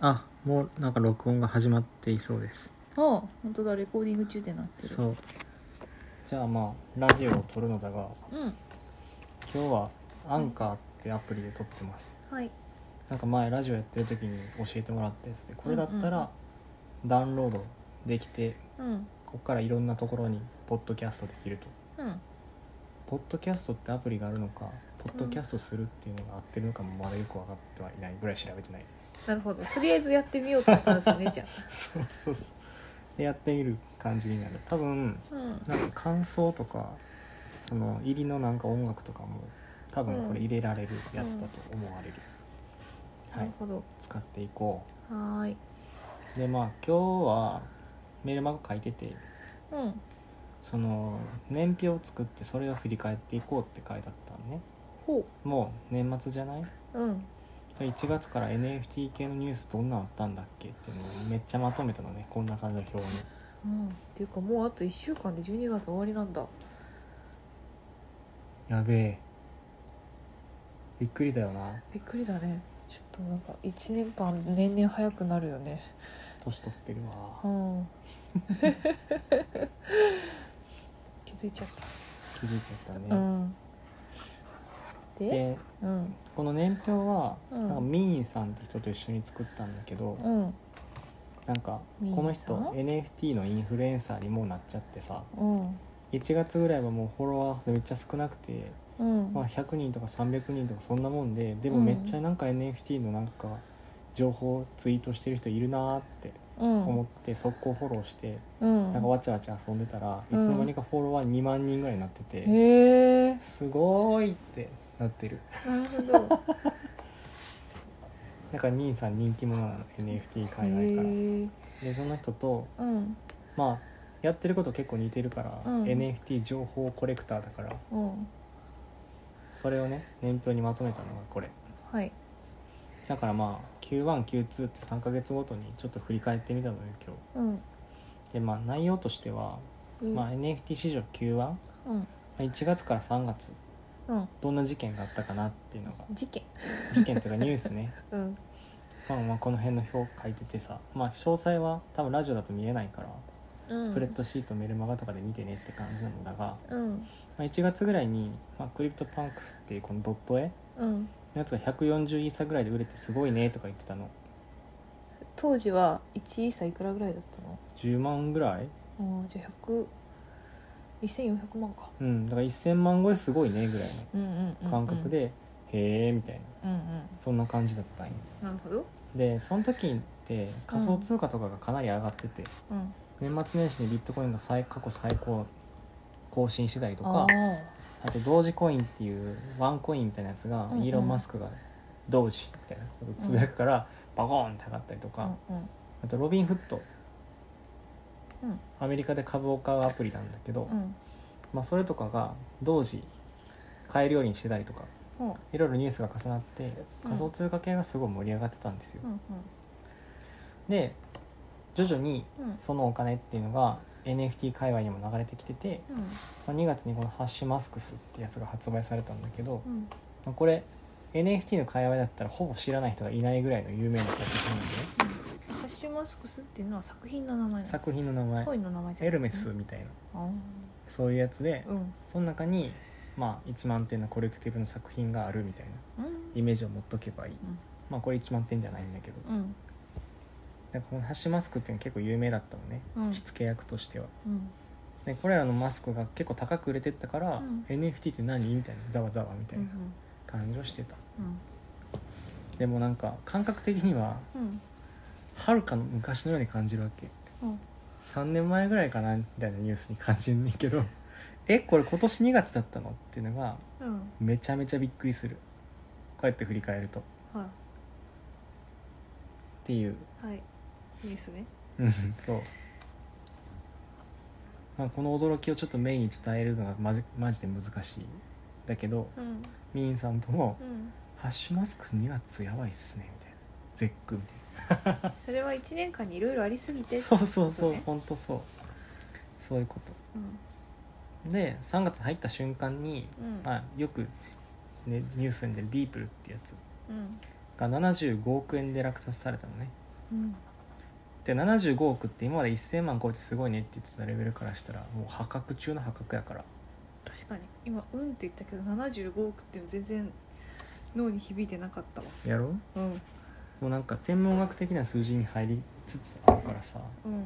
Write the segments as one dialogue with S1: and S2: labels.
S1: あもうなんか録音が始まっていそうです
S2: あ本当だレコーディング中ってなってる
S1: そうじゃあまあラジオを撮るのだが
S2: うん
S1: 今日はアンカーってアプリで撮ってます
S2: はい
S1: なんか前ラジオやってる時に教えてもらったやつでこれだった
S2: うんうん
S1: らダウンロードできて
S2: うん
S1: こっからいろんなところにポッドキャストできると
S2: うん
S1: ポッドキャストってアプリがあるのかポッドキャストするっていうのが合ってるのかもまだよく分かってはいないぐらい調べ てない
S2: なるほどとりあえずやってみようとしたんです ねじゃ
S1: そうそうそうでやってみる感じになる多分
S2: あうん
S1: なんか感想とかその入りのなんか音楽とかも多分これ入れられるやつだと思われる、
S2: な
S1: は
S2: る
S1: い
S2: ほど
S1: 使っていこ
S2: はーいう
S1: でまあ今日はメールマガ書いてて
S2: うん
S1: その年表を作ってそれを振り返っていこうって書いてあったのね
S2: ほ
S1: もう年末じゃないう
S2: うん
S1: 1月から NFT 系のニュースどんなのあったんだっけっていうのをめっちゃまとめたのねこんな感じの表に
S2: うんっていうかもうあと1週間で12月終わりなんだ
S1: やべえびっくりだよな
S2: びっくりだねちょっとなんか1年間年々早くなるよね
S1: 年取ってるわ
S2: うん 気づいちゃっ
S1: 気づいちゃったね、
S2: たうんで
S1: で
S2: うん
S1: この年表は、
S2: うん
S1: なんかミーンさんって人と一緒に作ったんだけど、
S2: うん
S1: なんか
S2: ミーン
S1: この人
S2: さん
S1: NFT のインフルエンサーにもうなっちゃってさ
S2: うん
S1: 1月ぐらいはもうフォロワーめっちゃ少なくて、
S2: うん
S1: まあ、100人とか300人とかそんなもんででも
S2: うん
S1: めっちゃなんか NFT のなんか情報をツイートしてる人いるなーって
S2: うん
S1: 思って速攻フォローして
S2: うん
S1: なんかわちゃわちゃ遊んでたらい
S2: うん
S1: つの間にかフォロワー2万人ぐらいになってて
S2: へえ
S1: すごーいってなってる
S2: なるほど
S1: だからミーンさん人気者なの NFT
S2: へ
S1: 海外から。
S2: え
S1: でその人と
S2: うん
S1: まあやってること結構似てるから、
S2: うん
S1: NFT 情報コレクターだから
S2: うん
S1: それをね年表にまとめたのがこれ
S2: はい
S1: だからまあ Q1Q2 って3ヶ月ごとにちょっと振り返ってみたのよ今
S2: うん
S1: 日でまあ内容としては、
S2: うん
S1: まあ、NFT 市場 Q1、ま
S2: うん
S1: あ、1月から3月
S2: うん
S1: どんな事件があったかなっていうの が
S2: 事件
S1: 事件というかニュースね
S2: うん
S1: まあまあこの辺の表書いててさまあ詳細は多分ラジオだと見えないから、
S2: うん
S1: スプレッドシートメルマガとかで見てねって感じなのだが
S2: うん
S1: まあ、1月ぐらいに、まあ、クリプトパンクスっていうこのドット絵
S2: うん
S1: のやつが140イーサぐらいで売れてすごいねとか言ってたの
S2: 当時は1イーサいくらぐらいだったの
S1: 10万ぐらい
S2: あーじゃあ100 1400万か
S1: うんだから1000万超えすごいねぐらい
S2: うんうんうんう
S1: の
S2: ん
S1: 感覚で、へえみたいな
S2: うんうん
S1: そんな感じだったんよ
S2: なるほど
S1: でその時って仮想通貨とかがかなり上がってて、
S2: うん
S1: 年末年始にビットコインが最過去最高更新してたりとか
S2: あー
S1: あと同時コインっていうワンコインみたいなやつが、
S2: うんうん
S1: イーロン・マスクが同時みたいなことをつぶやくから、バコーンって上がったりとか、
S2: うんうん
S1: あとロビンフット、
S2: うん
S1: アメリカで株を買うアプリなんだけど、
S2: うん
S1: まあ、それとかが同時買えるようにしてたりとか
S2: ほ
S1: いろいろニュースが重なって
S2: うん
S1: 仮想通貨系がすごい盛り上がってたんですよ、
S2: ううん
S1: で徐々に
S2: うんうん
S1: そのお金っていうのが NFT 界隈にも流れてきてて、
S2: うん
S1: まあ、2月にこのハッシュマスクスってやつが発売されたんだけど、
S2: うん
S1: まあこれ NFT の界隈だったらほぼ知らない人がいないぐらいの有名な作品なんで、ね
S2: ハッシュマスクスっていうのは作品の名前なの
S1: 作品の名前
S2: コインの名前じゃ
S1: エ
S2: なくて
S1: ルメスみたいな
S2: あー
S1: そういうやつで、
S2: うん
S1: その中に、まあ、1万点のコレクティブの作品があるみたいな
S2: うん
S1: イメージを持っとけばいい、
S2: ん
S1: まあこれ1万点じゃないんだけど
S2: うん
S1: なんかこのハッシュマスクっていうの結構有名だったのね、
S2: うん
S1: 火付け役としては
S2: うん
S1: でこれらのマスクが結構高く売れてったから、
S2: うん
S1: NFT って何みたいなざわざわみた
S2: う
S1: いなん感じをしてた、
S2: うん
S1: でもなんか感覚的には
S2: うん
S1: はるかの昔のように感じるわけ
S2: うん
S1: 3年前ぐらいかなみたいなニュースに感じるんだけど えこれ今年2月だったのっていうのが
S2: うん
S1: めちゃめちゃびっくりするこうやって振り返ると
S2: は
S1: っていう、
S2: いはいニュースね
S1: そう、まあ、この驚きをちょっとメインに伝えるのがマジマジで難しいだけど
S2: うん
S1: ミーンさんとも
S2: うん
S1: 「ハッシュマスクス2月やばいっすね」みたいな「絶句」みたい
S2: それは1年間にいろいろありすぎて
S1: なそうそうそう、
S2: ってことね
S1: ほんとそうそういうこと
S2: うん
S1: で3月入った瞬間に、
S2: うん
S1: まあ、よく、ね、ニュースに出るビープルってやつ
S2: うん
S1: が75億円で落札されたのね
S3: うん
S1: で75億って今まで1000万超えてすごいねって言ってたレベルからしたらもう破格中の破格やから
S2: 確かに今「うん」って言ったけど75億って全然脳に響いてなかったわ
S1: やろう
S2: うん
S1: もうなんか天文学的な数字に入りつつあるからさ
S2: うん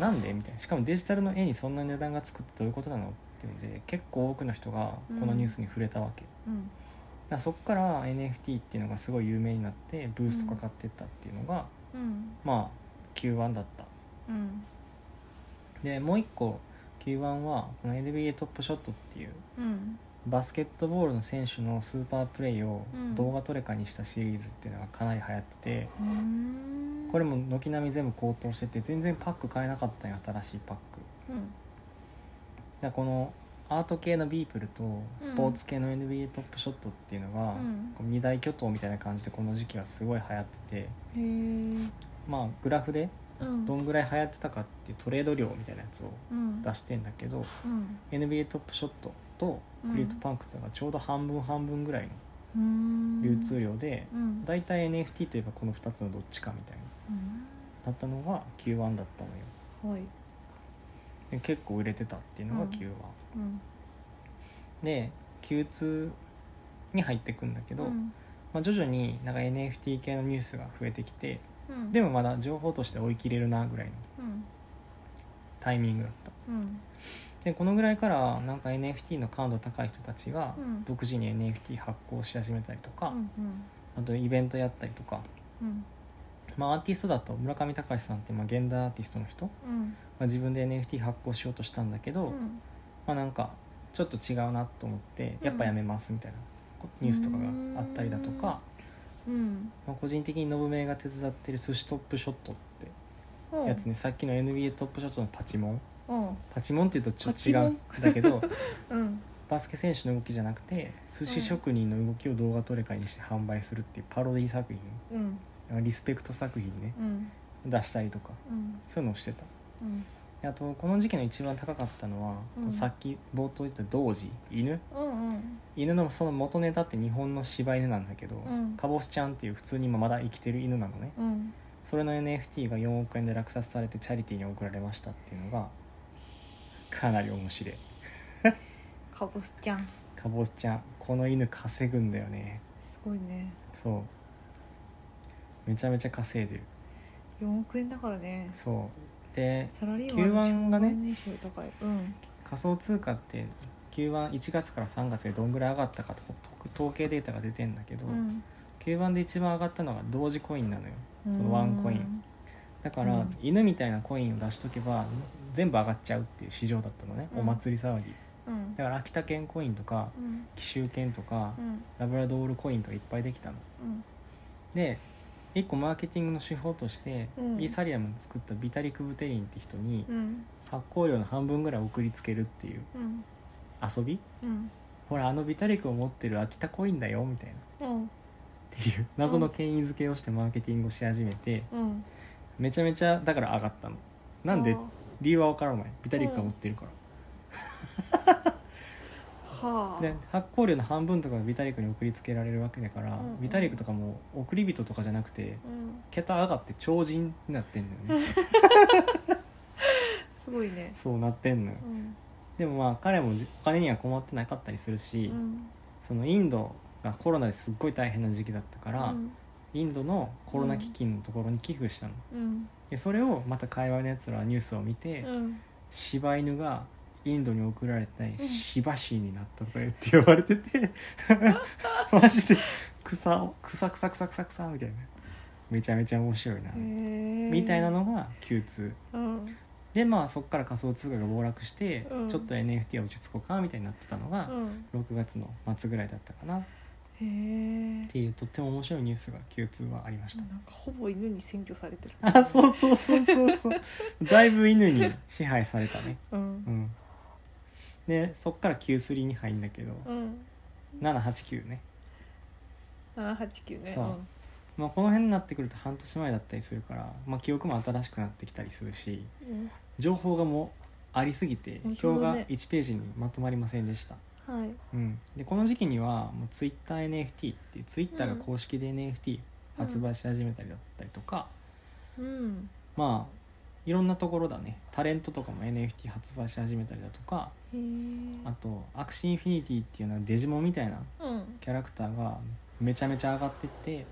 S1: なんでみたいなしかもデジタルの絵にそんな値段がつくってどういうことなのっていうので結構多くの人がこのニュースに触れたわけ、
S2: うん
S1: だからそっから NFT っていうのがすごい有名になってブーストかかってったっていうのが、
S2: うん
S1: まあ Q1 だった
S2: うん
S1: でもう一個 Q1 はこの NBA トップショットっていう
S2: うん
S1: バスケットボールの選手のスーパープレイを
S2: うん
S1: 動画トレカにしたシリーズっていうのがかなり流行ってて、
S2: うーん
S1: これも軒並み全部高騰してて全然パック買えなかったんよ新しいパック
S2: うん
S1: だからこのアート系のビープルとスポーツ系の NBA トップショットっていうのが、
S2: うん
S1: こう二大巨頭みたいな感じでこの時期はすごい流行ってて
S2: へえ
S1: まあグラフで
S2: うん
S1: どんぐらい流行ってたかっていうトレード量みたいなやつを
S2: うん
S1: 出してんだけど、
S2: うん
S1: NBA トップショットとクリートパンクスがちょうど半分半分ぐらいの
S2: うーん
S1: 流通量で、
S2: うん
S1: だいたい NFT といえばこの2つのどっちかみたいな
S2: うん
S1: だったのが Q1 だったのよ
S2: はい
S1: で結構売れてたっていうのが
S2: うん
S1: Q1、
S2: うん
S1: で Q2 に入ってくんだけど、
S2: うん
S1: まあ、徐々になんか NFT 系のニュースが増えてきて
S2: うん
S1: でもまだ情報として追い切れるなぐらいの
S2: うん
S1: タイミングだった
S2: うん
S1: でこのぐらいからなんか NFT の感度高い人たちが
S2: うん
S1: 独自に NFT 発行し始めたりとか
S2: う、んうん
S1: あとイベントやったりとか、
S2: うん
S1: まあ、アーティストだと村上隆さんってまあ現代アーティストの人、ま
S2: うん
S1: あ、自分で NFT 発行しようとしたんだけど、
S2: うん
S1: まあなんかちょっと違うなと思って
S2: うん
S1: やっぱやめますみたいなこニュースとかがあったりだとか、
S2: うん
S1: まあ、個人的にノブメイが手伝ってる寿司トップショットって
S2: うん
S1: やつねさっきの NBA トップショットのパチモン
S2: うん
S1: パチモンっていうとちょっと
S2: パチ
S1: 違
S2: モン
S1: うんだけど
S2: うん
S1: バスケ選手の動きじゃなくて寿司職人の動きを動画トレカにして販売するっていうパロディ作品
S2: うん
S1: リスペクト作品ね
S2: うん
S1: 出したりとか
S2: うん
S1: そういうのをしてた
S2: うん
S1: であとこの時期の一番高かったのは、
S2: うん
S1: さっき冒頭言った童子犬
S2: うん
S1: 犬のその元ネタって日本の柴犬なんだけど、
S2: うん
S1: カボスちゃんっていう普通に今まだ生きてる犬なのね
S2: うん
S1: それの NFT が4億円で落札されてチャリティーに送られましたっていうのがかなり面白い
S2: カボスちゃん
S1: カボスちゃんこの犬稼ぐんだよね
S2: すごいね
S1: そうめちゃめちゃ稼いでる
S2: 4億円だからね
S1: そうで
S2: サラリーマンの年収高いうん
S1: 仮想通貨って Q11 月から3月でどんぐらい上がったかと統計データが出てんだけど、
S2: うん
S1: 吸盤で一番上がったのが同時コインなのよそのワンコインだから、
S2: うん
S1: 犬みたいなコインを出しとけば全部上がっちゃうっていう市場だったのね、
S2: うん
S1: お祭り騒ぎ
S2: うん
S1: だから秋田犬コインとか
S2: うん
S1: 紀州犬とか、
S2: うん
S1: ラブラドールコインとかいっぱいできたの
S2: うん
S1: で一個マーケティングの手法として、
S2: うん
S1: イーサリアムを作ったビタリク・ブテリンって人に
S2: うん
S1: 発行量の半分ぐらい送りつけるっていう
S2: うん
S1: 遊び
S2: うん
S1: ほらあのビタリクを持ってる秋田コインだよみたいな
S2: うん
S1: っていう謎の権威づけをしてマーケティングをし始めて、
S2: うん
S1: めちゃめちゃだから上がったのなんで理由は分からないビタリックが持ってるから、
S2: はあ
S1: で発行量の半分とかがビタリックに送りつけられるわけだから、
S2: うんうん
S1: ビタリックとかも送り人とかじゃなくて
S2: うん
S1: 桁上がって超人になってんだよね
S2: すごい ね
S1: そうなってんのよ
S2: うん
S1: でもまあ彼もじお金には困ってなかったりするし、
S2: うん
S1: そのインドがコロナですっごい大変な時期だったから、
S2: うん
S1: インドのコロナ基金のところに寄付したの、
S2: うん
S1: でそれをまた界隈のやつらはニュースを見て、
S2: うん
S1: 柴犬がインドに送られてシバシーになったとか言って呼ばれてて マジで草を草草草草草みたいなめちゃめちゃ面白いな、
S2: へえ
S1: みたいなのが Q2
S2: うん
S1: でまあそっから仮想通貨が暴落して、
S2: うん
S1: ちょっと NFT は落ち着こうかみたいになってたのが
S2: う、ん
S1: 6月の末ぐらいだったかなっ
S2: へえ
S1: ていうとっても面白いニュースが Q2 はありました、
S2: なんかほぼ犬に占拠されてる
S1: あそうそうそうそうそうだいぶ犬に支配されたね
S2: うん
S1: うんでそっから Q3 に入るんだけど、
S2: うん
S1: 789ね、
S2: 789ね
S1: そうまあ、この辺になってくると半年前だったりするから、まあ、記憶も新しくなってきたりするし
S2: うん
S1: 情報がもうありすぎて
S2: 本
S1: 表
S2: 当だ
S1: が
S2: ね
S1: 1ページにまとまりませんでした、
S2: うんはい
S1: うん、でこの時期にはもう TwitterNFT っていう Twitter が公式で NFT 発売し始めたりだったりとか、
S2: うん
S1: まあいろんなところだねタレントとかも NFT 発売し始めたりだとか
S2: へえ
S1: あとアクシーインフィニティっていうのはデジモンみたいな
S2: うん
S1: キャラクターがめちゃめちゃ上がってって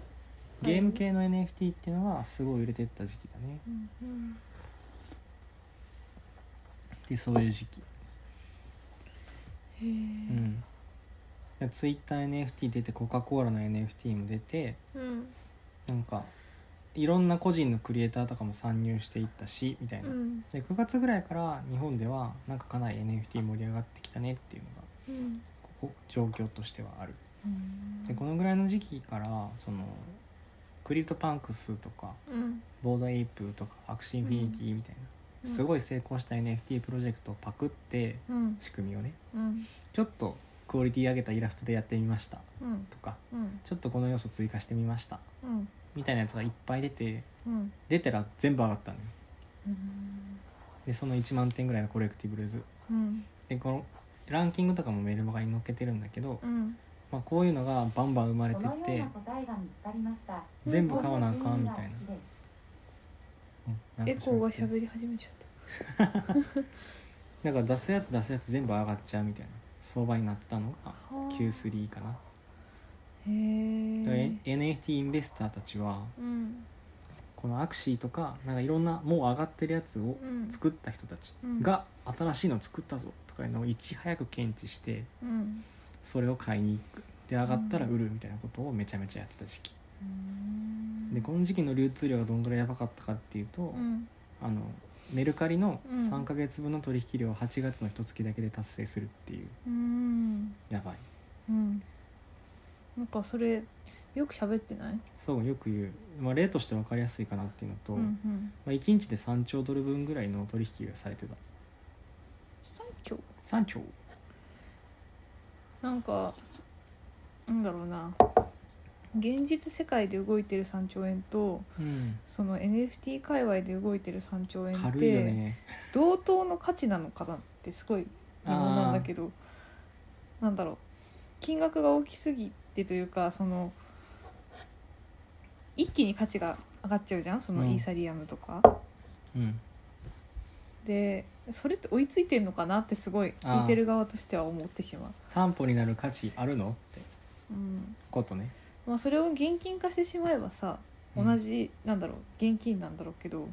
S1: ゲーム系の NFT っていうのはすごい売れてった時期だね
S2: うんうん
S1: でそういう時期
S2: へえ
S1: うんで TwitterNFT 出てコカ・コーラの NFT も出て
S2: うん
S1: なんかいろんな個人のクリエイターとかも参入していったしみたいうな、
S2: ん
S1: で9月ぐらいから日本ではなんかかなり NFT 盛り上がってきたねっていうのが
S2: うん
S1: ここ状況としてはある
S2: うん
S1: でこのぐらいの時期からそのクリプトパンクスとか
S2: うん
S1: ボードエイプとかアクシーインフィニティみたいな、す
S2: い
S1: ごい成功した NFT プロジェクトをパクって
S2: うん
S1: 仕組みをね
S2: うん
S1: ちょっとクオリティ上げたイラストでやってみました
S2: うん
S1: とか
S2: うん
S1: ちょっとこの要素追加してみました
S2: うん
S1: みたいなやつがいっぱい出て
S2: うん
S1: 出たら全部上がったのよ
S2: うん
S1: でその1万点ぐらいのコレクティブルーズ
S2: うん
S1: でこのランキングとかもメルマガに載っけてるんだけど、
S2: うん
S1: まあ、こういうのがバンバン生まれてって、全部買わなあかんみたいなうんなんか
S2: エコーが
S1: しゃべ
S2: 喋り始めちゃっ
S1: だから出すやつ出すやつ全部上がっちゃうみたいな相場になったのが
S2: たはあ
S1: Q3 かな、
S2: へ
S1: だから
S2: え
S1: NFT インベスターたちは
S2: うん
S1: このアクシーとかなんかいろんなもう上がってるやつを
S2: うん
S1: 作った人たち
S2: うん
S1: が新しいの作ったぞとかいうのをいち早く検知して
S2: うん
S1: それを買いに行くで上がったら売るみたいなことをめちゃめちゃやってた時期
S2: うん
S1: でこの時期の流通量がどんぐらいやばかったかっていうと、
S2: うん
S1: あのメルカリの
S2: うん
S1: 3ヶ月分の取引量を8月の一月だけで達成するっていう
S2: うん
S1: やばい
S2: うんなんかそれよく喋ってない
S1: そうよく言う、まあ、例として分かりやすいかなっていうのと、
S2: うんうん
S1: まあ、1日で3兆ドル分ぐらいの取引がされてた
S2: 三兆
S1: 3兆
S2: なんかなんだろうな現実世界で動いてる3兆円と
S1: うん
S2: その NFT 界隈で動いてる3兆円っ
S1: 軽いよ
S2: て
S1: ね
S2: 同等の価値なのかなってすごい疑問なんだけどなんだろう金額が大きすぎてというかその一気に価値が上がっちゃうじゃんその
S1: うん
S2: イーサリアムとか、
S1: うん
S2: でそれって追いついてるのかなってすごい聞いてる側としては思ってしまう、
S1: 担保になる価値あるのって
S2: うん
S1: ことね
S2: まあ、それを現金化してしまえばさ
S1: うん
S2: 同じ、なんだろう現金なんだろうけど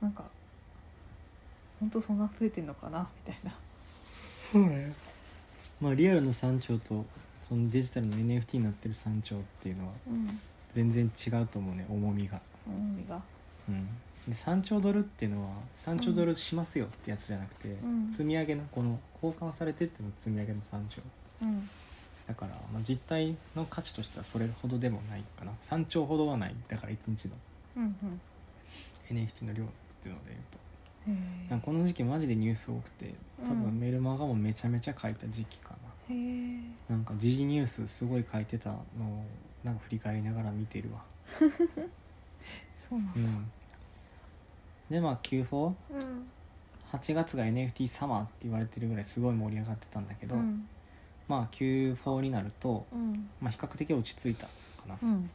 S2: なんか本当そんな増えてんのかなみたいな
S1: まあリアルの3兆とそのデジタルの NFT になってる3兆っていうのは
S2: うん
S1: 全然違うと思うね重みが、
S2: 重みが
S1: うん、で3兆ドルっていうのは3兆ドルしますよってやつじゃなくて、
S2: ん
S1: 積み上げのこの交換されてっていうの積み上げの3兆
S2: うん
S1: だから、まあ、実態の価値としてはそれほどでもないかな3兆ほどはないだから1日の
S2: うんうん
S1: NFT の量っていうのでいうと
S2: へ
S1: なん
S2: え
S1: かこの時期マジでニュース多くて多
S2: う
S1: 分
S2: ん
S1: メルマガもめちゃめちゃ書いた時期かな、
S2: へえ
S1: なんか時事ニュースすごい書いてたのをなんか振り返りながら見てるわ
S2: そうなん
S1: う
S2: だ
S1: んでまあ Q48
S2: うん
S1: 月が NFT サマーって言われてるぐらいすごい盛り上がってたんだけど、
S2: うん
S1: まあ Q4 になると、
S2: うん
S1: まあ、比較的落ち着いたかな
S2: うん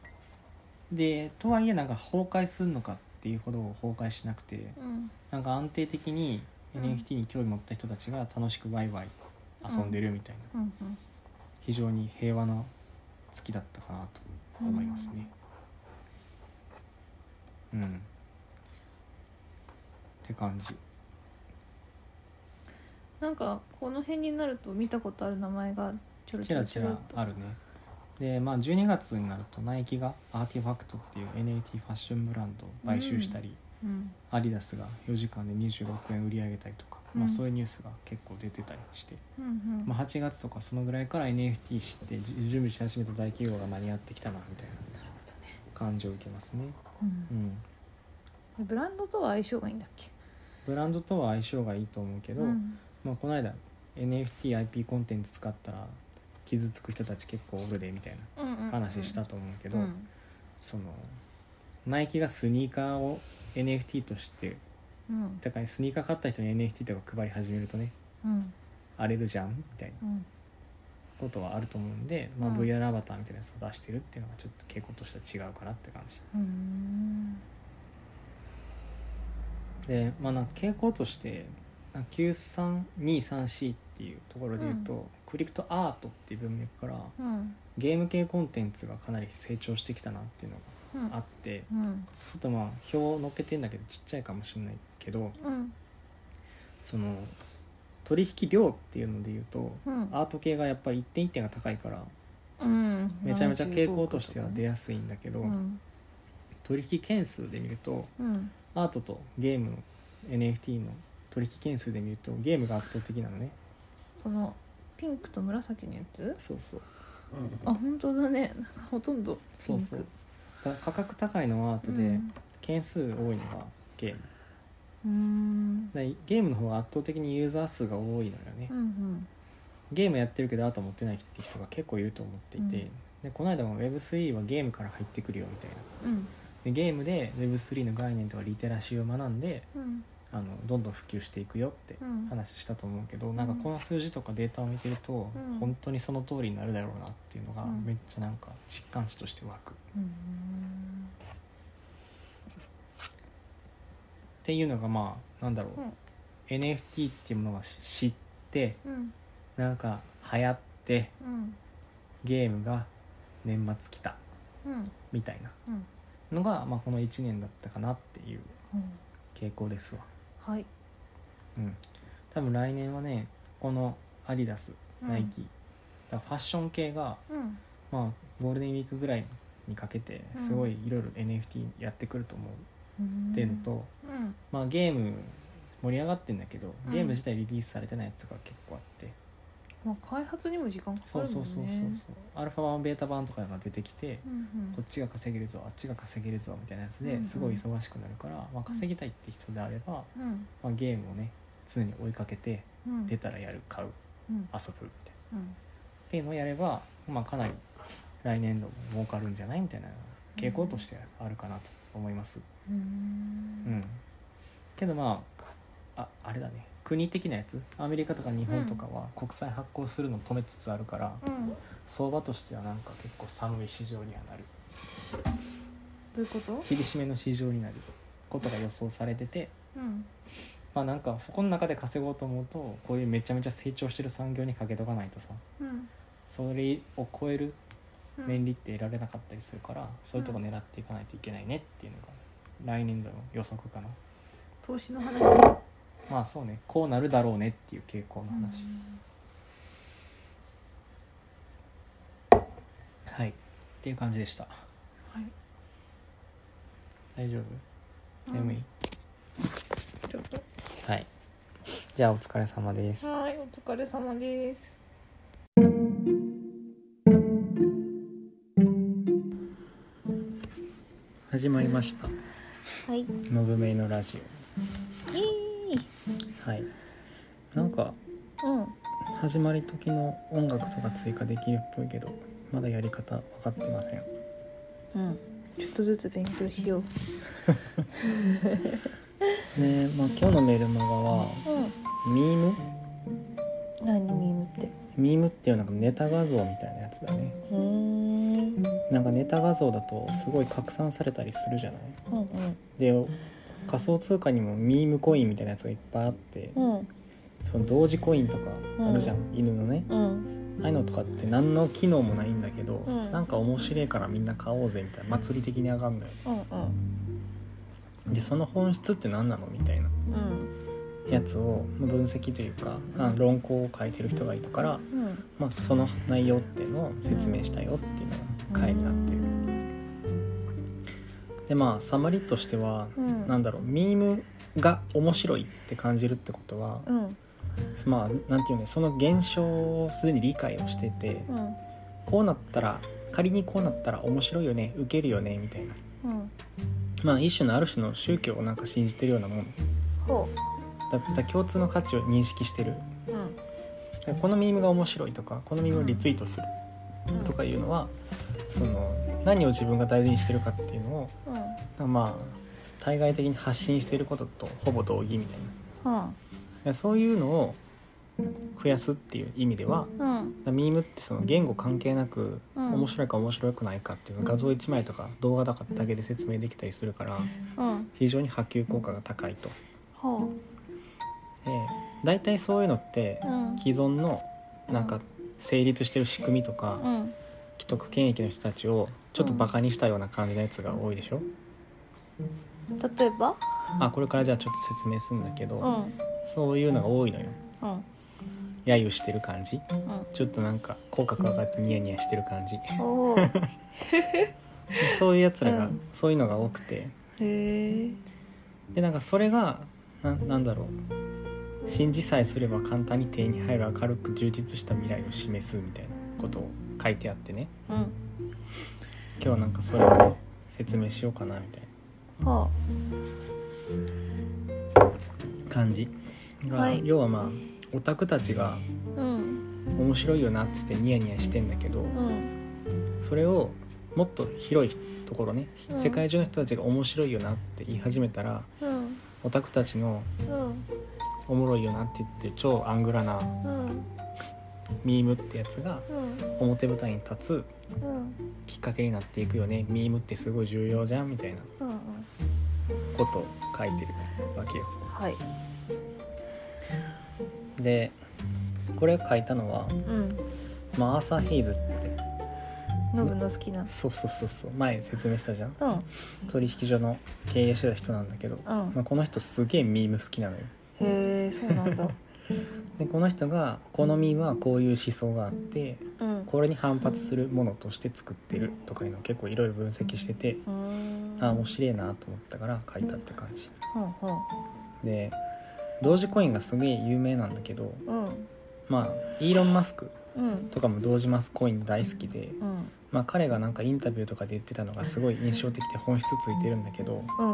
S1: でとはいえなんか崩壊するのかっていうほど崩壊しなくて
S2: うん
S1: なんか安定的に
S2: うん
S1: NFT に興味持った人たちが楽しくワイワイ遊んでるみたいな、
S2: うん
S1: 非常に平和な月だったかなと思いますねうん、って感じ
S2: なんかこの辺になると見たことある名前がちょろ
S1: ち
S2: ちょ
S1: ら
S2: ろ
S1: ち
S2: ちょろ
S1: ら
S2: っと
S1: あるねでまあ12月になるとナイキがアーティファクトっていう NFT ファッションブランドを買収したり、
S2: うん
S1: アディダスが4時間で26億円売り上げたりとか、ま
S2: う
S1: あ、
S2: ん
S1: そういうニュースが結構出てたりして、
S2: うんうん
S1: まあ、8月とかそのぐらいから NFT 知ってじ準備し始めた大企業が間に合ってきたなみたいな
S2: なるほどね
S1: 感じを受けますね、
S2: うん
S1: うん、
S2: ブランドとは相性がいいんだっけ
S1: ブランドとは相性がいいと思うけど、
S2: うん
S1: まあ、この間 NFTIP コンテンツ使ったら傷つく人たち結構おるでみたい
S2: うんうんうん
S1: な話したと思うけど、
S2: うん
S1: そのナイキがスニーカーを NFT として
S2: うん
S1: だからスニーカー買った人に NFT とか配り始めるとね
S2: うん
S1: 荒れるじゃんみたいなことはあると思うんで、まあ、
S2: うん
S1: VR アバターみたいなやつを出してるっていうのがちょっと傾向としては違うかなって感じ
S2: うん
S1: でまあなんか傾向としてなんか 9323C っていうところで言うと、
S2: う
S1: クリプトアートっていう文脈から
S2: うん
S1: ゲーム系コンテンツがかなり成長してきたなっていうの
S2: うん
S1: があって
S2: うん
S1: ちょっとまあ表を載っけてんだけどちっちゃいかもしれないけど
S2: うん
S1: その取引量っていうので言うと
S2: うん
S1: アート系がやっぱり一点一点が高いから
S2: うん
S1: めちゃめちゃ傾向としては出やすいんだけど、
S2: うん
S1: 取引件数で見ると
S2: うん
S1: アートとゲームの NFT の取引件数で見るとゲームが圧倒的なのね
S2: このピンクと紫のやつ
S1: そうそう
S2: あ本当だねなんかほとんどピ
S1: そ
S2: ン
S1: う
S2: ク
S1: そうだ価格高いのはアート
S2: う
S1: で
S2: ん
S1: 件数多いのがゲーム
S2: うーん
S1: でゲームの方が圧倒的にユーザー数が多いのよね
S2: うんうん
S1: ゲームやってるけどアート持ってないって人が結構いると思っていて、
S2: うん
S1: でこの間も Web3 はゲームから入ってくるよみたいな
S2: うん
S1: でゲームで Web3 の概念とかリテラシーを学んで
S2: うん
S1: あのどんどん普及していくよって
S2: うん
S1: 話したと思うけど、なんか
S2: うん
S1: この数字とかデータを見てると、
S2: うん
S1: 本当にその通りになるだろうなっていうのが
S2: うん
S1: めっちゃなんか実感値として湧くっ
S2: うん
S1: ていうのがまあなんだろう、
S2: うん
S1: NFT っていうものが知って
S2: うん
S1: なんか流行って
S2: うん
S1: ゲームが年末来た
S2: うん
S1: みたいな
S2: うん
S1: のが、まあ、この1年だったかなっていう
S2: うん
S1: 傾向ですわ。
S2: はい
S1: うん、多分来年はねこのアディダス
S2: うん
S1: ナイキ、だからファッション系が、
S2: うん
S1: まあ、ゴールデンウィークぐらいにかけて
S2: うん
S1: すごいいろいろ NFT やってくると思うっていうのと、
S2: うん
S1: まあ、ゲーム盛り上がってんだけど
S2: うん
S1: ゲーム自体リリースされてないやつとか結構あって、
S2: まあ開発にも時間かか
S1: そう
S2: るもんね
S1: そうそうそうそうアルファ版ベータ版とかが出てきて、
S2: うんうん
S1: こっちが稼げるぞあっちが稼げるぞみたいなやつ
S2: うんう
S1: で
S2: ん
S1: すごい忙しくなるから、まあ、稼ぎたいって人であれば、
S2: うん
S1: まあ、ゲームをね常に追いかけて
S2: うん
S1: 出たらやる買う
S2: うん
S1: 遊ぶみたいな。
S2: う
S1: っ
S2: ん
S1: ていうのをやれば、まあ、かなり来年度も儲かるんじゃないみたいな傾向としてあるかなと思います。
S2: う
S1: うんん、けどまあああれだね国的なやつアメリカとか日本とかは国債発行するの止めつつあるから、
S2: うん
S1: 相場としてはなんか結構寒い市場にはなる
S2: どういうこと
S1: 厳しめの市場になることが予想されてて。
S2: うん
S1: まあなんかそこの中で稼ごうと思うとこういうめちゃめちゃ成長してる産業にかけとかないとさ
S2: うん
S1: それを超える
S2: うん
S1: 年利って得られなかったりするから、そういうとこ狙っていかないといけないねっていうのが来年度の予測かな
S2: 投資の話
S1: まあそうねこうなるだろうねっていう傾向の話、はいっていう感じでした
S2: はい
S1: 大丈夫眠い、
S2: ちょっと
S1: はいじゃあお疲れ様です
S2: はいお疲れ様です
S1: 始まりました
S2: はい
S1: 「のぶめいのラジオ」はいなんか
S2: うん
S1: 始まり時の音楽とか追加できるっぽいけどまだやり方分かってません
S2: うんちょっとずつ勉強しよう
S1: ねまあ今日のメールマガは
S2: う
S1: ミーム
S2: ん何ミームって
S1: ミームっていうなんかネタ画像みたいなやつだね
S2: うーん
S1: なんかネタ画像だとすごい拡散されたりするじゃない
S2: うん
S1: で仮想通貨にもミームコインみたいなやつがいっぱいあって
S2: うん
S1: その同時コインとかあるじゃん、犬のね
S2: うん
S1: ああいうのとかって何の機能もないんだけど、
S2: うん
S1: なんか面白いからみんな買おうぜみたいな祭り的に上がるのよ
S2: うんうん
S1: でその本質って何なのみたいな
S2: うん
S1: やつをまあ分析というかあの論考を書いてる人がいたから、
S2: うん
S1: まあ、その内容っていうのを説明したよっていうのが回になってるでまあサマリとしては
S2: うん
S1: なんだろうミームが面白いって感じるってことは
S2: うん
S1: まあなんていうねその現象をすでに理解をしてて
S2: うん
S1: こうなったら仮にこうなったら面白いよねウケるよねみたいな
S2: うん
S1: まあ一種のある種の宗教をなんか信じてるようなもん
S2: ほ
S1: だった共通の価値を認識してる
S2: ううん
S1: でこのミームが面白いとかこのミームをリツイートする
S2: うん
S1: とかいうのはその何を自分が大事にしてるかっていうの
S2: うん
S1: をまあ対外的に発信してることとほぼ同義みたいな
S2: は
S1: でそういうのを増やすっていう意味では
S2: うん
S1: ミームってその言語関係なく
S2: うん
S1: 面白いか面白くないかっていうのを画像1枚とか動画だかだけで説明できたりするから
S2: うん
S1: 非常に波及効果が高いと。
S2: ほ
S1: で大体そういうのって
S2: ううん
S1: 既存のなんか成立してる仕組みとか
S2: うん
S1: 既得権益の人たちをちょっとバカにしたような感じのやつが多いでしょ、
S2: 例えば
S1: あこれからじゃあちょっと説明するんだけど、
S2: うん
S1: そういうのが多いのよ
S2: うん
S1: 揶揄してる感じ
S2: うん
S1: ちょっとなんか口角上がってニヤニヤしてる感じ
S2: おおへ
S1: そういうやつらが、
S2: うん
S1: そういうのが多くて
S2: え
S1: でなんかそれがななんだろう信じさえすれば簡単に手に入る明るく充実した未来を示すみたいなことを書いてあってね
S2: うん
S1: 今日はなんかそれを説明しようかなみたい
S2: は
S1: な感じが、
S2: はい
S1: 要はまあオタクたちが
S2: あうん
S1: 面白いよなっつってニヤニヤしてんだけど、
S2: うん
S1: それをもっと広いところね、
S2: うん
S1: 世界中の人たちが面白いよなって言い始めたら
S2: うん
S1: オタクたちの
S2: うん
S1: おもろいよなって言ってる超アングラな
S2: うん
S1: ミームってやつが
S2: うん
S1: 表舞台に立つ
S2: うん
S1: きっかけになっていくよねミームってすごい重要じゃんみたいな
S2: うん
S1: ことを書いてるわけよ
S3: はい
S1: でこれ書いたのは
S3: うん
S1: マーサー・ヘイズって
S3: ノブの好きな
S1: そうそうそうそう前説明したじゃん
S3: うん
S1: 取引所の経営してた人なんだけど、
S3: うん
S1: まあ、この人すげえミーム好きなのよ
S3: へえそうなんだ
S1: でこの人がこのミームはこういう思想があって
S3: うん
S1: これに反発するものとして作ってるとかいうのを結構いろいろ分析してて
S3: うーん
S1: ああ面白いなと思ったから書いたって感じ
S3: ほんほん
S1: で同時コインがすげえ有名なんだけど
S3: うん
S1: まあイーロン・マスク
S3: うん
S1: とかも同時マスコイン大好きで、
S3: うん
S1: まあ、彼がなんかインタビューとかで言ってたのがすごい印象的で本質ついてるんだけど
S3: う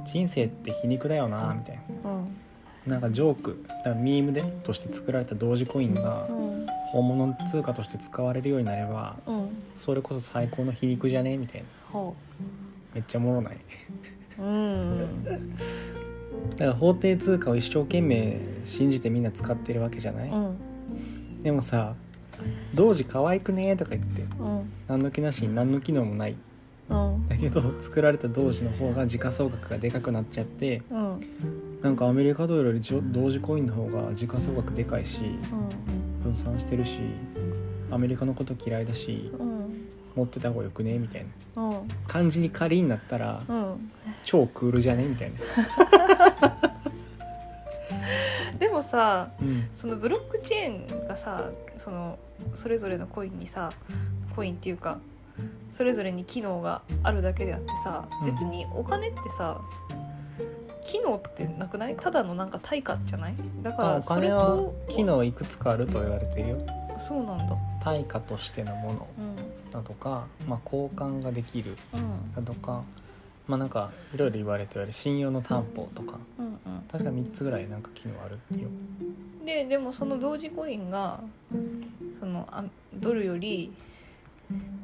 S3: ん
S1: 人生って皮肉だよなみたいな。
S3: うん
S1: なんかジョークだからミームでとして作られた同時コインが
S3: うん
S1: 本物通貨として使われるようになれば
S3: うん
S1: それこそ最高の皮肉じゃねみたいな
S3: ほ
S1: めっちゃおもろないう
S3: うん
S1: だから法定通貨を一生懸命信じてみんな使ってるわけじゃない、
S3: うん
S1: でもさ「同時可愛くね」とか言って
S3: うん
S1: 何の気なしに何の機能もない
S3: うん
S1: だけど作られた同時の方が時価総額がでかくなっちゃって
S3: うん
S1: なんかアメリカドルよりじょ同時コインの方が時価総額でかいし分散してるしアメリカのこと嫌いだし
S3: うん
S1: 持ってた方がよくねみたいな
S3: うん
S1: 感じに仮になったら
S3: うん
S1: 超クールじゃねみたいな、
S3: でもさ
S1: うん、
S3: そのブロックチェーンがさそのそれぞれのコインにさコインっていうかそれぞれに機能があるだけであってさ
S1: うん
S3: 別にお金ってさ、機能ってなくないただのなんか対価じゃないだか
S1: まあ
S3: ら
S1: お
S3: それ
S1: 金は
S3: と
S1: 機能いくつかあると言われてるよ
S3: そうなんだ
S1: 対価としてのもの
S3: うん
S1: だとか、まあ、交換ができる
S3: うん
S1: だとかまあなんかいろいろ言われてる信用の担保とか
S3: うんうん
S1: 確か3つぐらいなんか機能あるっていう
S3: ででもその同時コインがそのあドルより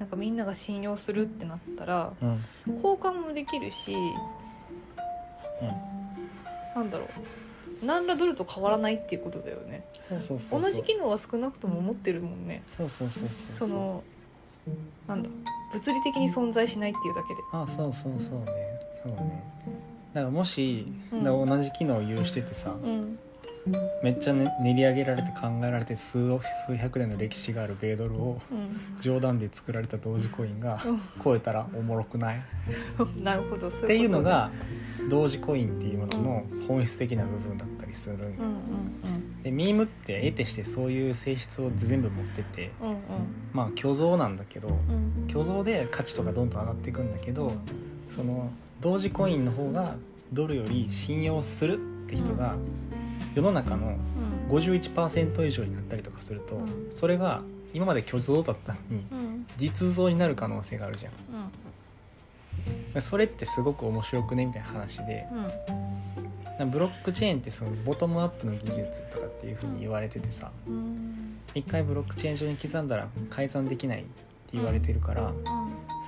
S3: なんかみんなが信用するってなったら
S1: うんうん
S3: 交換もできるしなんだろう何らドルと変わらないっていうことだよね
S1: そうそうそう
S3: 同じ機能は少なくとも持ってるもんね
S1: そうそうそうそ
S3: そうのなんだ物理的に存在しないっていうだけで
S1: あそうそうそうねそうねだからもし、
S3: うん
S1: だから同じ機能を有しててさ
S3: うん
S1: めっちゃ、ね、練り上げられて考えられて数億数百年の歴史がある米ドルを
S3: う
S1: 冗談で作られた同時コインが
S3: うん
S1: 超えたらおもろくない
S3: んなるほどそ
S1: っていうの
S3: ことね
S1: が同時コインっていうものの本質的な部分だったりするんよ
S3: うん
S1: でミームって得てしてそういう性質を全部持ってて
S3: うんうんうん
S1: まあ虚像なんだけど
S3: うん
S1: 虚像で価値とかどんどん上がっていくんだけどその同時コインの方がドルより信用するって人が世の中の
S3: うん
S1: 51%以上になったりとかすると
S3: うん
S1: それが今まで虚像だったのに
S3: うん
S1: 実像になる可能性があるじゃんでそれってすごく面白くねみたいな話で
S3: うんうん
S1: なんかブロックチェーンってそのボトムアップの技術とかっていう風に言われててさ
S3: うん
S1: 一回ブロックチェーン上に刻んだら改ざんできないって言われてるから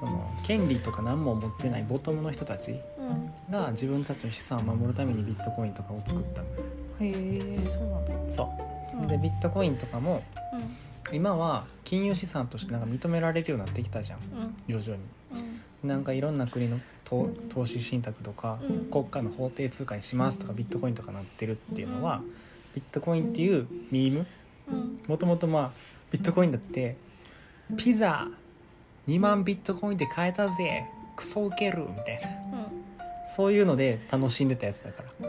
S1: その権利とか何も持ってないボトムの人たち
S3: うん
S1: が自分たちの資産を守るためにビットコインとかを作ったの
S3: へえそうなんだ
S1: そう
S2: うん
S1: でビットコインとかも
S2: うん
S1: 今は金融資産としてなんか認められるようになってきたじゃん
S2: うん
S1: 徐々に
S2: うん
S1: なんかいろんな国の投投資信託とか
S2: うん
S1: 国家の法定通貨にしますとかビットコインとかなってるっていうのはビットコインっていうミーム
S2: うん
S1: もともとまあビットコインだってピザ2万ビットコインで買えたぜクソウケるみたいな
S2: うん
S1: そういうので楽しんでたやつだから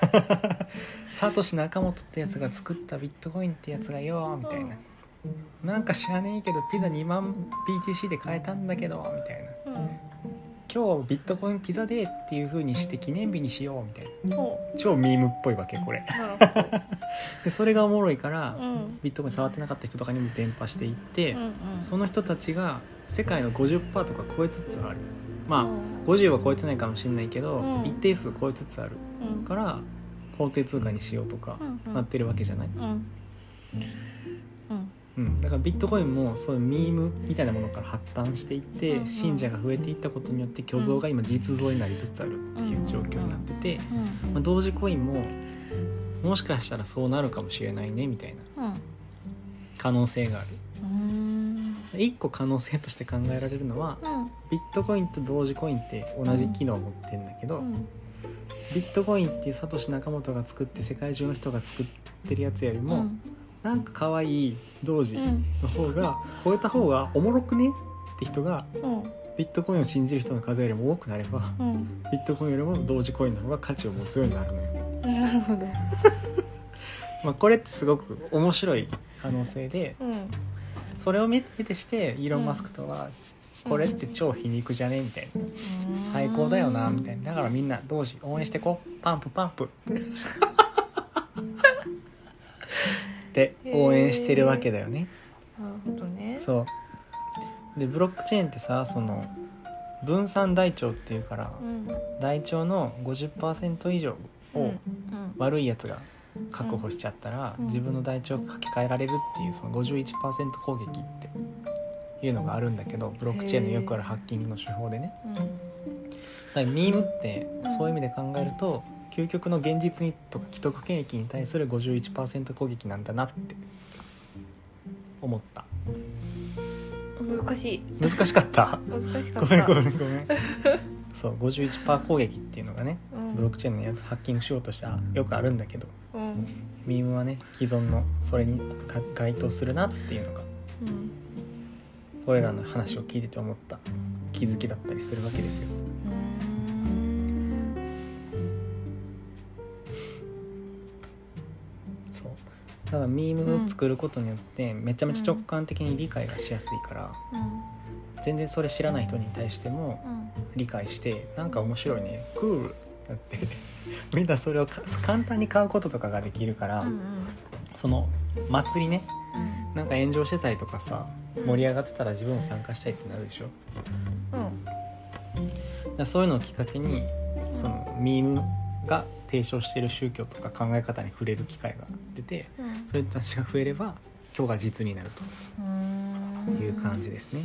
S1: サトシナカモトってやつが作ったビットコインってやつがよみたいななんか知らねえけどピザ2万 BTC で買えたんだけどみたいな
S2: うん
S1: 今日ビットコインピザデーっていう風にして記念日にしようみたいな
S2: ほ
S1: 超ミームっぽいわけこれ
S2: うなるほ
S1: でそれがおもろいから
S2: どうん
S1: ビットコイン触ってなかった人とかにも伝播していって、
S2: うんうん
S1: その人たちが世界の50%とか超えつつある
S2: う
S1: まあ
S2: ん
S1: 50は超えてないかもしれないけど、
S2: うん
S1: 一定数超えつつある
S2: うん
S1: から法定通貨にしようとか
S2: うんうん
S1: なってるわけじゃない、
S2: うんうん
S1: うん、だからビットコインもそういうミームみたいなものから発端していって、
S2: うん
S1: 信者が増えていったことによって虚像が今事実像になりつつあるっていう状況になってて、
S2: うん
S1: まあ、同時コインももしかしたらそうなるかもしれないねみたいな
S2: うん
S1: 可能性がある
S2: うん
S1: 一個可能性として考えられるのはビットコインと同時コインって同じ機能を持ってんだけど、
S2: うん
S1: ビットコインっていうサトシナカモトが作って世界中の人が作ってるやつよりも、なんか可愛い同時
S2: う
S1: の
S2: ん
S1: 方が超えた方がおもろくねって人が
S2: うん
S1: ビットコインを信じる人の数よりも多くなれば
S2: うん
S1: ビットコインよりも同時コインの方が価値を持つようになるのよ。
S2: なるほど
S1: まあ、これってすごく面白い可能性で
S2: うん
S1: それを見てしてイーロン・マスクとは「これって超皮肉じゃね?」みたいな最高だよなみたいなだからみんな同時応援してこうパンプパンプって応援してるわけだよね、
S2: なるほどね
S1: そうでブロックチェーンってさその分散台帳っていうから
S2: うん
S1: 台帳の50%以上
S2: う
S1: を
S2: んうん
S1: 悪いやつが確保しちゃったら、
S2: うん
S1: 自分の台帳が書き換えられるっていうその51%攻撃っていうのがあるんだけどブロックチェーンのよくあるハッキングの手法でねだからミームって
S2: うん
S1: そういう意味で考えると、究極の現実にとか既得権益に対する51%攻撃なんだなって思った
S2: うん難しい
S1: 難しかった
S2: 難しか
S1: ご
S2: っ
S1: めん
S2: た
S1: ごめんごめんそう51%攻撃っていうのがね
S2: うん
S1: ブロックチェーンのやつハッキングしようとしたらよくあるんだけど
S2: うん
S1: ミームはね既存のそれにか該当するなっていうのが
S2: うん
S1: 俺らの話を聞いてて思った気づきだったりするわけですよ
S2: うん
S1: そうだからミームを作ることによってめちゃめちゃ直感的に理解がしやすいから、全然それ知らない人に対しても理解してなんか面白いねクールだって みんなそれをか簡単に買うこととかができるから、その祭りねなんか炎上してたりとかさ盛り上がってたら自分も参加したいってなるでしょだからそういうのをきっかけにそのミームが提唱している宗教とか考え方に触れる機会が出てそういう人たちが増えれば今日が実になるという感じですね。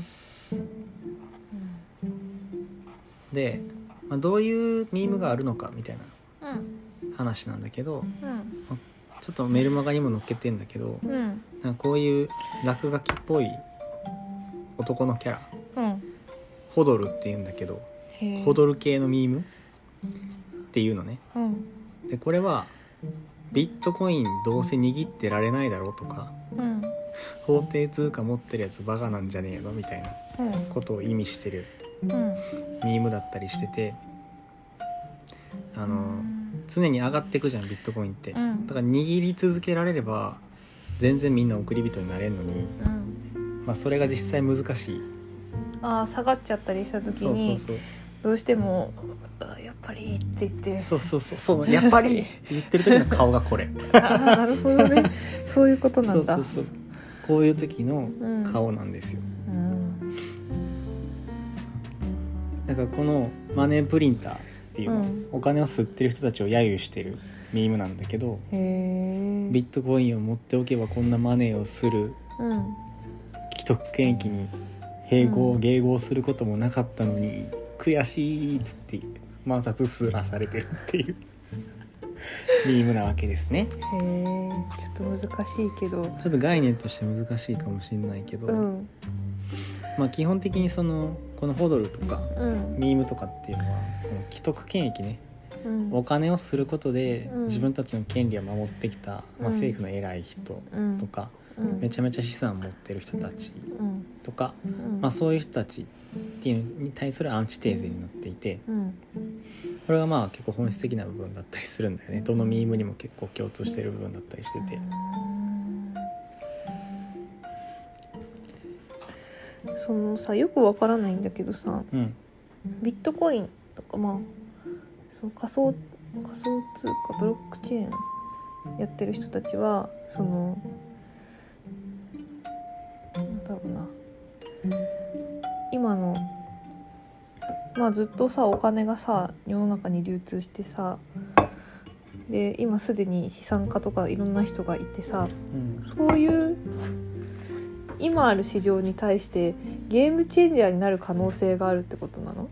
S1: で、まあ、どういうミームがあるのかみたいな話なんだけどちょっとメルマガにも載っけてんだけどなんかこういう落書きっぽい男のキャラホドルっていうんだけどホドル系のミームっていうのねでこれはビットコインどうせ握ってられないだろうとか法定通貨持ってるやつバカなんじゃねえのみたいなことを意味してるミームだったりしててあの常に上がっていくじゃんビットコインってだから握り続けられれば全然みんな送り人になれるのに、まあ、それが実際難しい
S2: ああ下がっちゃったりした時
S1: そうそう
S2: に
S1: そう
S2: どうしても「あやっぱり」って言って
S1: そうそうそうそうやっぱりって言ってる時の顔がこれ
S2: ああなるほど ね そういうことな
S1: そ
S2: ん
S1: う
S2: だ
S1: そうそうこういう時の
S2: うん
S1: 顔なんですよ
S2: うん
S1: だからこのマネープリンターっていうの、
S2: うん
S1: お金を吸ってる人たちを揶揄してるミームなんだけど
S2: へえ
S1: ビットコインを持っておけばこんなマネーをする
S2: うん
S1: 既得権益に併合、
S2: うん
S1: 迎合することもなか ったのに悔しいっつって摩擦すらされてるっていう
S4: ミームなわけですね
S2: へえちょっと難しいけど
S1: ちょっと概念として難しいかもしれないけど、
S2: うん
S1: まあ基本的にそのこのホドルとか
S2: うん
S1: ミームとかっていうのはその既得権益ね
S2: うん
S1: お金をすることで
S2: うん
S1: 自分たちの権利を守ってきた、
S2: うん
S1: まあ、政府の偉い人
S2: うん
S1: とか、
S2: うん
S1: めちゃめちゃ資産を持ってる人たち
S2: うん
S1: とか、
S2: うん
S1: まあ、そういう人たちっていうのに対するアンチテーゼになっていて
S2: うん
S1: これがまあ結構本質的な部分だったりするんだよねどのミームにも結構共通している部分だったりしてて
S2: そのさよくわからないんだけどさ
S1: うん
S2: ビットコインとかまあその仮想仮想通貨ブロックチェーンやってる人たちはそのなんだろうな今のまあずっとさお金がさ世の中に流通してさで今すでに資産家とかいろんな人がいてさ、
S1: うん
S2: そういう今ある市場に対してゲームチェンジャーになる可能性があるってことなの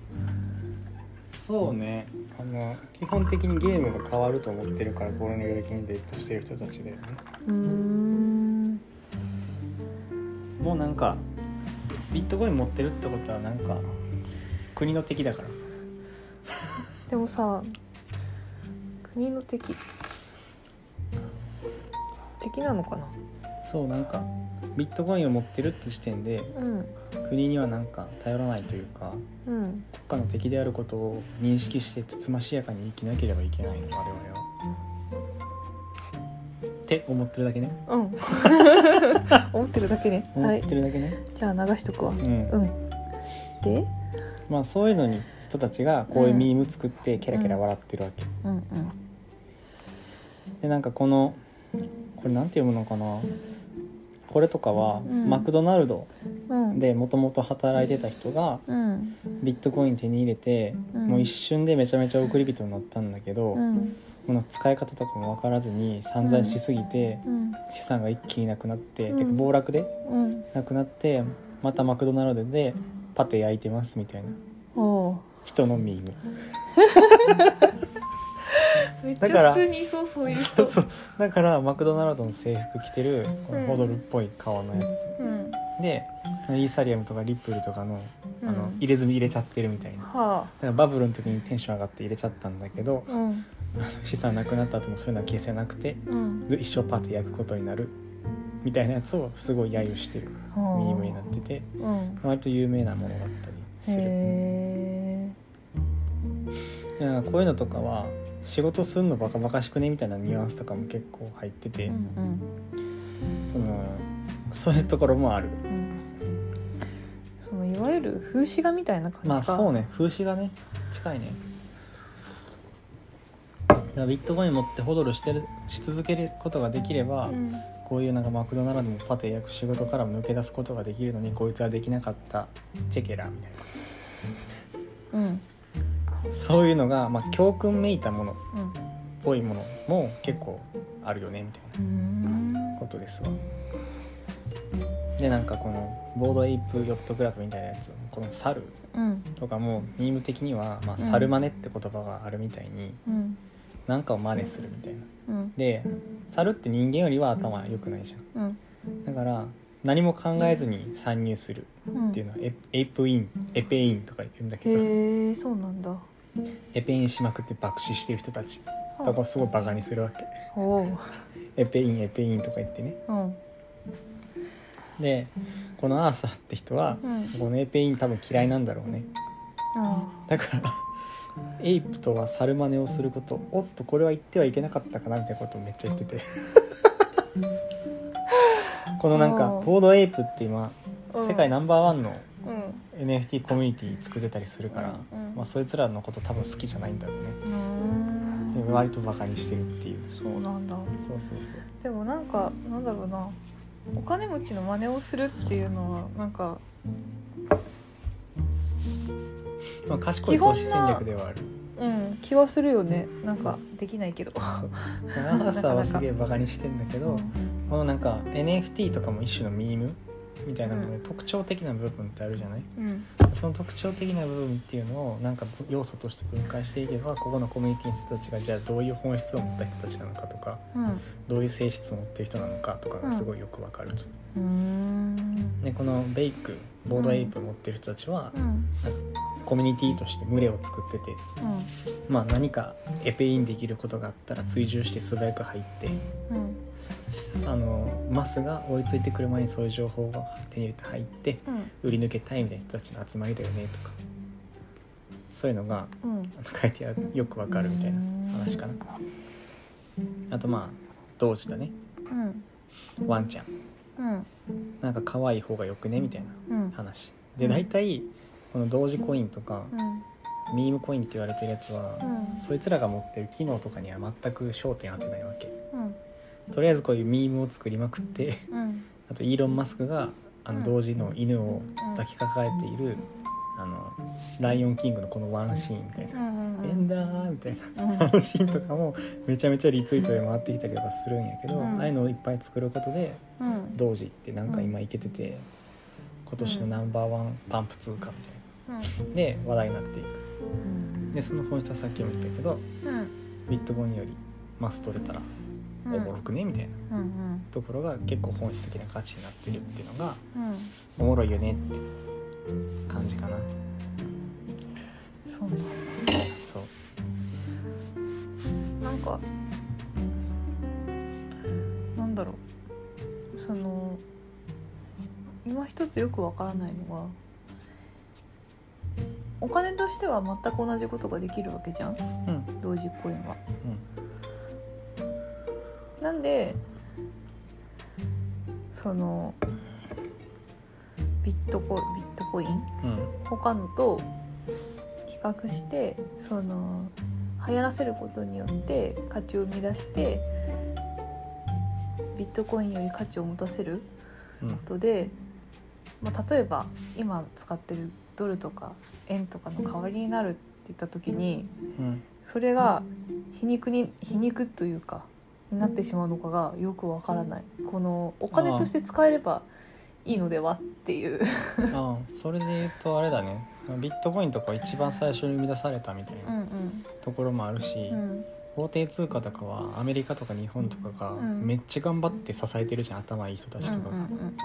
S1: そうねあの基本的にゲームが変わると思ってるからこの領域にベットしてる人たちだよね
S2: うーん
S1: もうなんかビットコイン持ってるってことはなんか国の敵だから
S2: でもさ国の敵敵なのかな
S1: そうなんかビットコインを持ってるって時点で
S2: うん
S1: 国にはなんか頼らないというか
S2: うん
S1: 国家の敵であることを認識してつつましやかに生きなければいけないの我々は。って思ってるだけね
S2: うん 思ってるだけね
S1: 思
S2: は
S1: っ
S2: い
S1: てるだけね、
S2: じゃあ流しとくわ
S1: うん
S2: うんで
S1: まあそういうのに人たちがこういうミーム作ってキャラキャラ笑ってるわけ、
S2: うんうん
S1: でなんかこのこれなんて読むのかなこれとかは、
S2: うん
S1: マクドナルド
S2: うん
S1: でもともと働いてた人が
S2: うん
S1: ビットコイン手に入れて、
S2: うん
S1: もう一瞬でめちゃめちゃ送り人になったんだけど、
S2: うん
S1: この使い方とかも分からずに散々しすぎて、
S2: うん
S1: 資産が一気になくなって、
S2: うん
S1: てか暴落で
S2: うん
S1: なくなってまたマクドナルドでパテ焼いてますみたいな
S2: おう
S1: 人のミーム
S2: めっち
S1: だか
S2: ゃ
S1: ら
S2: 普通にいそうそういう
S1: そ
S2: 人
S1: う そうだからマクドナルドの制服着てるこのホドルっぽい顔のやつ、
S2: うん
S1: でイーサリアムとかリップルとかのあの、
S2: うん
S1: 入れ墨入れちゃってるみたいなだ
S2: は
S1: からバブルの時にテンション上がって入れちゃったんだけど
S2: あうん
S1: 資産なくなった後もそういうのは消せなくて
S2: うん
S1: ず一生パテ焼くことになるみたいなやつをすごい揶揄してるミームになってて
S2: うん
S1: 割と有名なものだったりする。
S2: へ
S1: でなんかこういうのとかは仕事すんのバカバカしくねみたいなニュアンスとかも結構入ってて、
S2: えうん
S1: そのそういうところもある
S2: うんうんそのいわゆる風刺画みたいな感じか
S1: まあそう
S2: ね
S1: ね風刺がね近いねだからビットコイン持ってホドルしてるし続けることができれば、
S2: うん
S1: こういうなんかマクドナルドもパテ焼く仕事からも抜け出すことができるのにこいつはできなかったチェケラみたい
S2: うん
S1: なそういうのが、まあ、教訓めいたものっ
S2: うん
S1: ぽいものも結構あるよねみたいな
S2: うん
S1: ことですわでなんかこのボードエイプヨットクラブみたいなやつこの猿
S2: うん
S1: とかもミーム的には、まあ、
S2: うん
S1: 猿真似って言葉があるみたいに
S2: うん
S1: 何かを真似するみたいな
S2: うん
S1: で猿って人間よりは頭良くないじゃん
S2: うん
S1: だから何も考えずに参入する
S2: うん
S1: っていうのはエエイプインエペインとか言うんだけど
S2: へえそうなんだは
S1: エペインしまくって爆死してる人たち
S2: あ
S1: とかをすごいバカにするわけ
S2: おう
S1: エペインエペインとか言ってね
S2: うん
S1: でこのアーサーって人は
S2: うん
S1: このエペイン多分嫌いなんだろうね
S2: あ
S1: だからエイプとは猿真似をすることおっとこれは言ってはいけなかったかなみたいなことをめっちゃ言って てこのなんか
S2: おー
S1: ボードエイプって今
S2: あうん
S1: 世界ナンバーワンの
S2: うん
S1: NFT コミュニティ作ってたりするから、
S2: うんうん
S1: まあ、そいつらのこと多分好きじゃないんだろうね
S2: うーん
S1: で割とバカにしてるっていう
S2: そうなんだ
S1: そうそうそう
S2: でもなんかなんだろうなお金持ちの真似をするっていうのはなんか
S1: まあ、賢い投資戦略ではある
S2: うん気はするよねなんかで きないけど
S1: アーサーはすげえバカにしてんだけどこのなんか NFT とかも一種のミームみたいなもので、特徴的な部分ってあるじゃない
S2: うん
S1: その特徴的な部分っていうのをなんか要素として分解していけばここのコミュニティの人たちがじゃあどういう本質を持った人たちなのかとか
S2: うん
S1: どういう性質を持ってる人なのかとかがすごいよくわかると。
S2: うーん
S1: でこのベイクボードエイプ持ってる人たちは、
S2: うん
S1: コミュニティとして群れを作ってて、まあ、何かエペインできることがあったら追従して素早く入って
S2: うん
S1: あのマスが追いついてくる前にそういう情報を手に入れて入って
S2: うん
S1: 売り抜けたいみたいな人たちの集まりだよねとかそういうのが
S2: うん
S1: あの書いてあるよくわかるみたいな話かなあとまあ同時だね
S2: うん
S1: ワンちゃん
S2: うん
S1: なんか可愛い方がよくねみたいな
S2: うん
S1: 話で大体この同時コインとか
S2: うん
S1: ミームコインって言われてるやつは
S2: うん
S1: そいつらが持ってる機能とかには全く焦点当てないわけ
S2: うん
S1: とりあえずこういうミームを作りまくって
S2: うん
S1: あとイーロン・マスクがあ
S2: うん
S1: の同時の犬を抱きかかえているあのライオンキングのこのワンシーンみたいな「エンダー」みたいなあのシーンとかもめちゃめちゃリツイートで回ってきたりとかするんやけど、
S2: うん
S1: ああいうのをいっぱい作ることで
S2: うん
S1: 同時ってなんか今いけてて今年のナンバーワンパンプ通貨みたいなで話題になっていくでその本質はさっきも言ったけどビットコインよりマス取れたらおもろくねみたいなところが結構本質的な価値になってるっていうのがおもろいよねって感じかな
S2: そうだ
S1: そう
S2: なんかなんだろうその今一つよくわからないのはお金としては全く同じことができるわけじゃん
S1: うん
S2: 同時コインは。なんでそのビットコインビットコイン
S1: うん
S2: 他のと比較してその流行らせることによって価値を生み出してビットコインより価値を持たせる
S1: うんうん
S2: ことで、まあ、例えば今使ってるドルとか円とかの代わりになるって言った時に
S1: うん
S2: それが皮肉に皮肉というかになってしまうのかがよくわからないこのお金として使えればいいのではっていう。
S1: ああそれで言うとあれだねビットコインとか一番最初に生み出されたみたい
S2: うん
S1: なところもあるし、
S2: うんうん
S1: 法定通貨とかはアメリカとか日本とかが
S2: うん
S1: めっちゃ頑張って支えてるじゃん頭いい人たちとかが、
S2: うんうんうんうん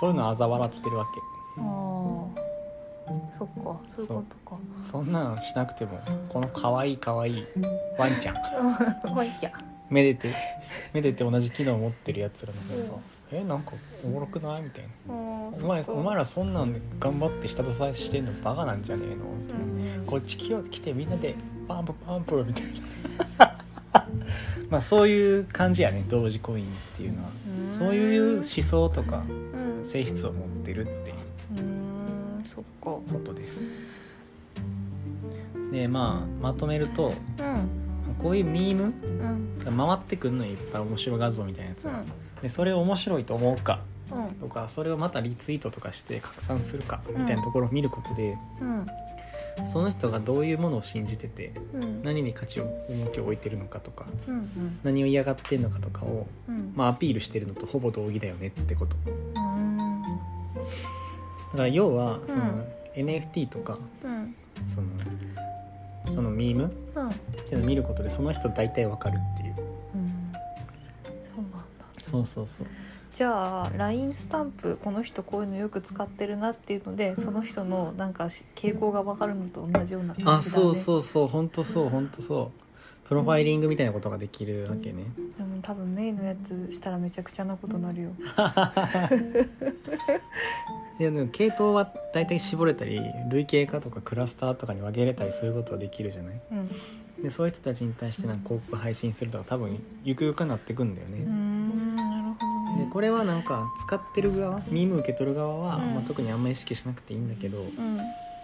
S1: そういうのあざ笑ってるわ
S2: ああそっかそういうこと
S1: けそんなんしなくてもこのかわいいかわいいワンちゃん
S2: かまあいいや
S1: めで てめでて同じ機能を持ってるやつらの方が「えなんかおもろくない?」みたいな「お前お前らそんなんで頑張って下支えしてんのバカなんじゃねえの?」みたいな「こっち来よう来てみんなでパンプパンプ」みたいな まあそういう感じやね同時コインっていうのはそういう思想とか
S2: うん
S1: 性質を持ってるっていう
S2: うんそっか
S1: ことですでまあまとめると
S2: うん
S1: こういうミーム
S2: う
S1: 回
S2: ん
S1: ってくんのよいっぱい面白画像みたいなやつ
S2: う
S1: が
S2: ん
S1: でそれを面白いと思うか
S2: うん
S1: とかそれをまたリツイートとかして拡散するかみたいなところを見ることで、
S2: うん
S1: その人がどういうものを信じてて
S2: うん
S1: 何に価値を重きを置いてるのかとか
S2: うん
S1: 何を嫌がってるのかとかを、
S2: うん
S1: まあ、アピールしてるのとほぼ同義だよねってことだ
S2: うん
S1: から要はその、
S2: うん
S1: NFT とか
S2: うん
S1: そのそのミーム
S2: うん
S1: っていうのを見ることでその人大体わかるっていう
S2: うんそうなんだ
S1: そうそうそう
S2: じゃあ LINE スタンプこの人こういうのよく使ってるなっていうのでその人のなんか傾向がわかるのと同じような感じだね
S1: あそうそうそう本当そう本当そうプロファイリングみたいなことができるわけね、
S2: でも多分メイのやつしたらめちゃくちゃなことなるよ
S1: いやでも系統は大体絞れたり類型化とかクラスターとかに分けれたりすることはできるじゃない
S2: うん
S1: でそういう人たちに対してなんか広告配信するとか多分ゆくゆくなってくんだよ
S2: うー
S1: ね、
S2: んなるほど
S1: で
S2: ね
S1: これはなんか使ってる側ミーム受け取る側は、
S2: うん
S1: まあ、特にあんま意識しなくていいんだけど
S2: うん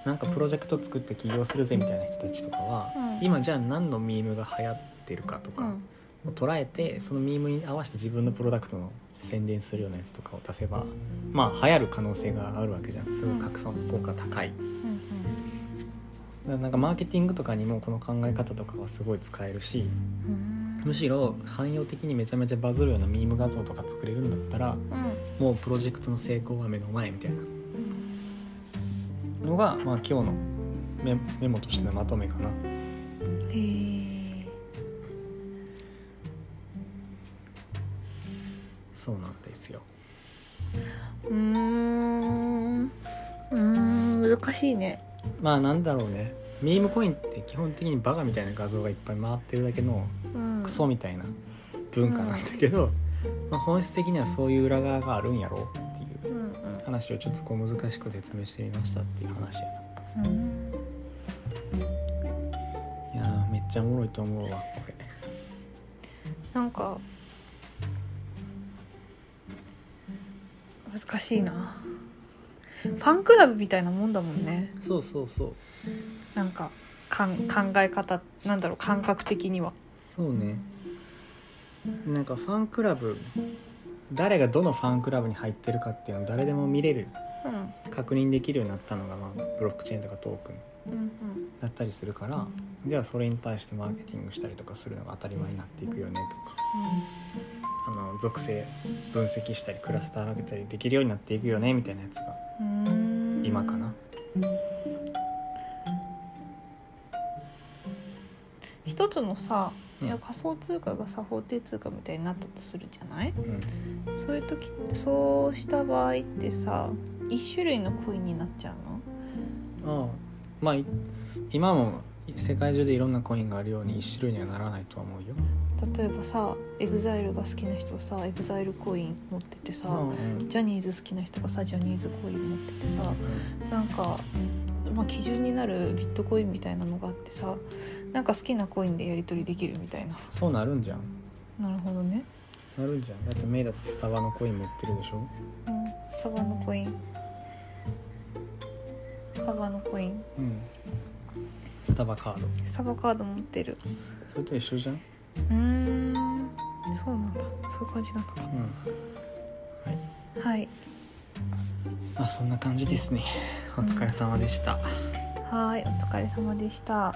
S1: なんかプロジェクト作って起業するぜみたいな人たちとかは、
S2: うん
S1: 今じゃあ何のミームが流行ってるかと
S2: う
S1: か
S2: ん
S1: を捉えてそのミームに合わせて自分のプロダクトの宣伝するようなやつとかを出せばまあ流行る可能性があるわけじゃんすごい拡散効果高い
S2: うん
S1: なんかマーケティングとかにもこの考え方とかはすごい使えるし、
S2: うん
S1: むしろ汎用的にめちゃめちゃバズるようなミーム画像とか作れるんだったら
S2: うん
S1: もうプロジェクトの成功は目の前みたいなのが、まあ、今日のメメモとしてのまとめかな。
S2: へえ
S1: そうなんですよ。
S2: うーんうーん難しいね
S1: まあなんだろうねミームコインって基本的にバカみたいな画像がいっぱい回ってるだけの
S2: うん
S1: クソみたいな文化なんだけど、まあ、本質的にはそういう裏側があるんやろうって
S2: う
S1: いうん
S2: うん
S1: 話をちょっとこう難しく説明してみましたっていう話や
S2: うん
S1: ないやーめっちゃおもろいと思うわこれ
S2: なんか難しいなファンクラブみたいなもんだもんね
S1: そうそうそう
S2: なんかかん考え方なんだろう感覚的には
S1: そうねなんかファンクラブ誰がどのファンクラブに入ってるかっていうのを誰でも見れる
S2: うん
S1: 確認できるようになったのが、まあ、ブロックチェーンとかトークン
S2: うん
S1: だったりするからじゃあそれに対してマーケティングしたりとかするのが当たり前になっていくよねとかあの属性分析したりクラスター上げたりできるようになっていくよねみたいなやつが
S2: うんうん
S1: 今かな
S2: 一つのさ
S1: う
S2: い
S1: ん
S2: や仮想通貨がさ法定通貨みたいになったとするじゃない
S1: うん
S2: そういう時ってそうした場合ってさ一種類のコインになっちゃうの
S1: ああまあい今も世界中でいろんなコインがあるように一種類にはならないとは思うよ
S2: 例えばさエグザイルが好きな人はさエグザイルコイン持っててさ、
S1: うんうん
S2: ジャニーズ好きな人がさジャニーズコイン持っててさなんか、まあ、基準になるビットコインみたいなのがあってさなんか好きなコインでやり取りできるみたいな
S1: そうなるんじゃん
S2: なるほどね、
S1: なるんじゃんだってメイだってスタバのコイン持ってるでしょ
S2: うん、スタバのコインスタバのコイン
S1: うんスタバカード
S2: スタバカード持ってる
S1: それと一緒じゃん
S2: うーんそうなんだそういう感じなのか
S1: うん
S2: はい
S1: まあそんな感じですねお疲れ様でした、
S2: はーいお疲れ様でした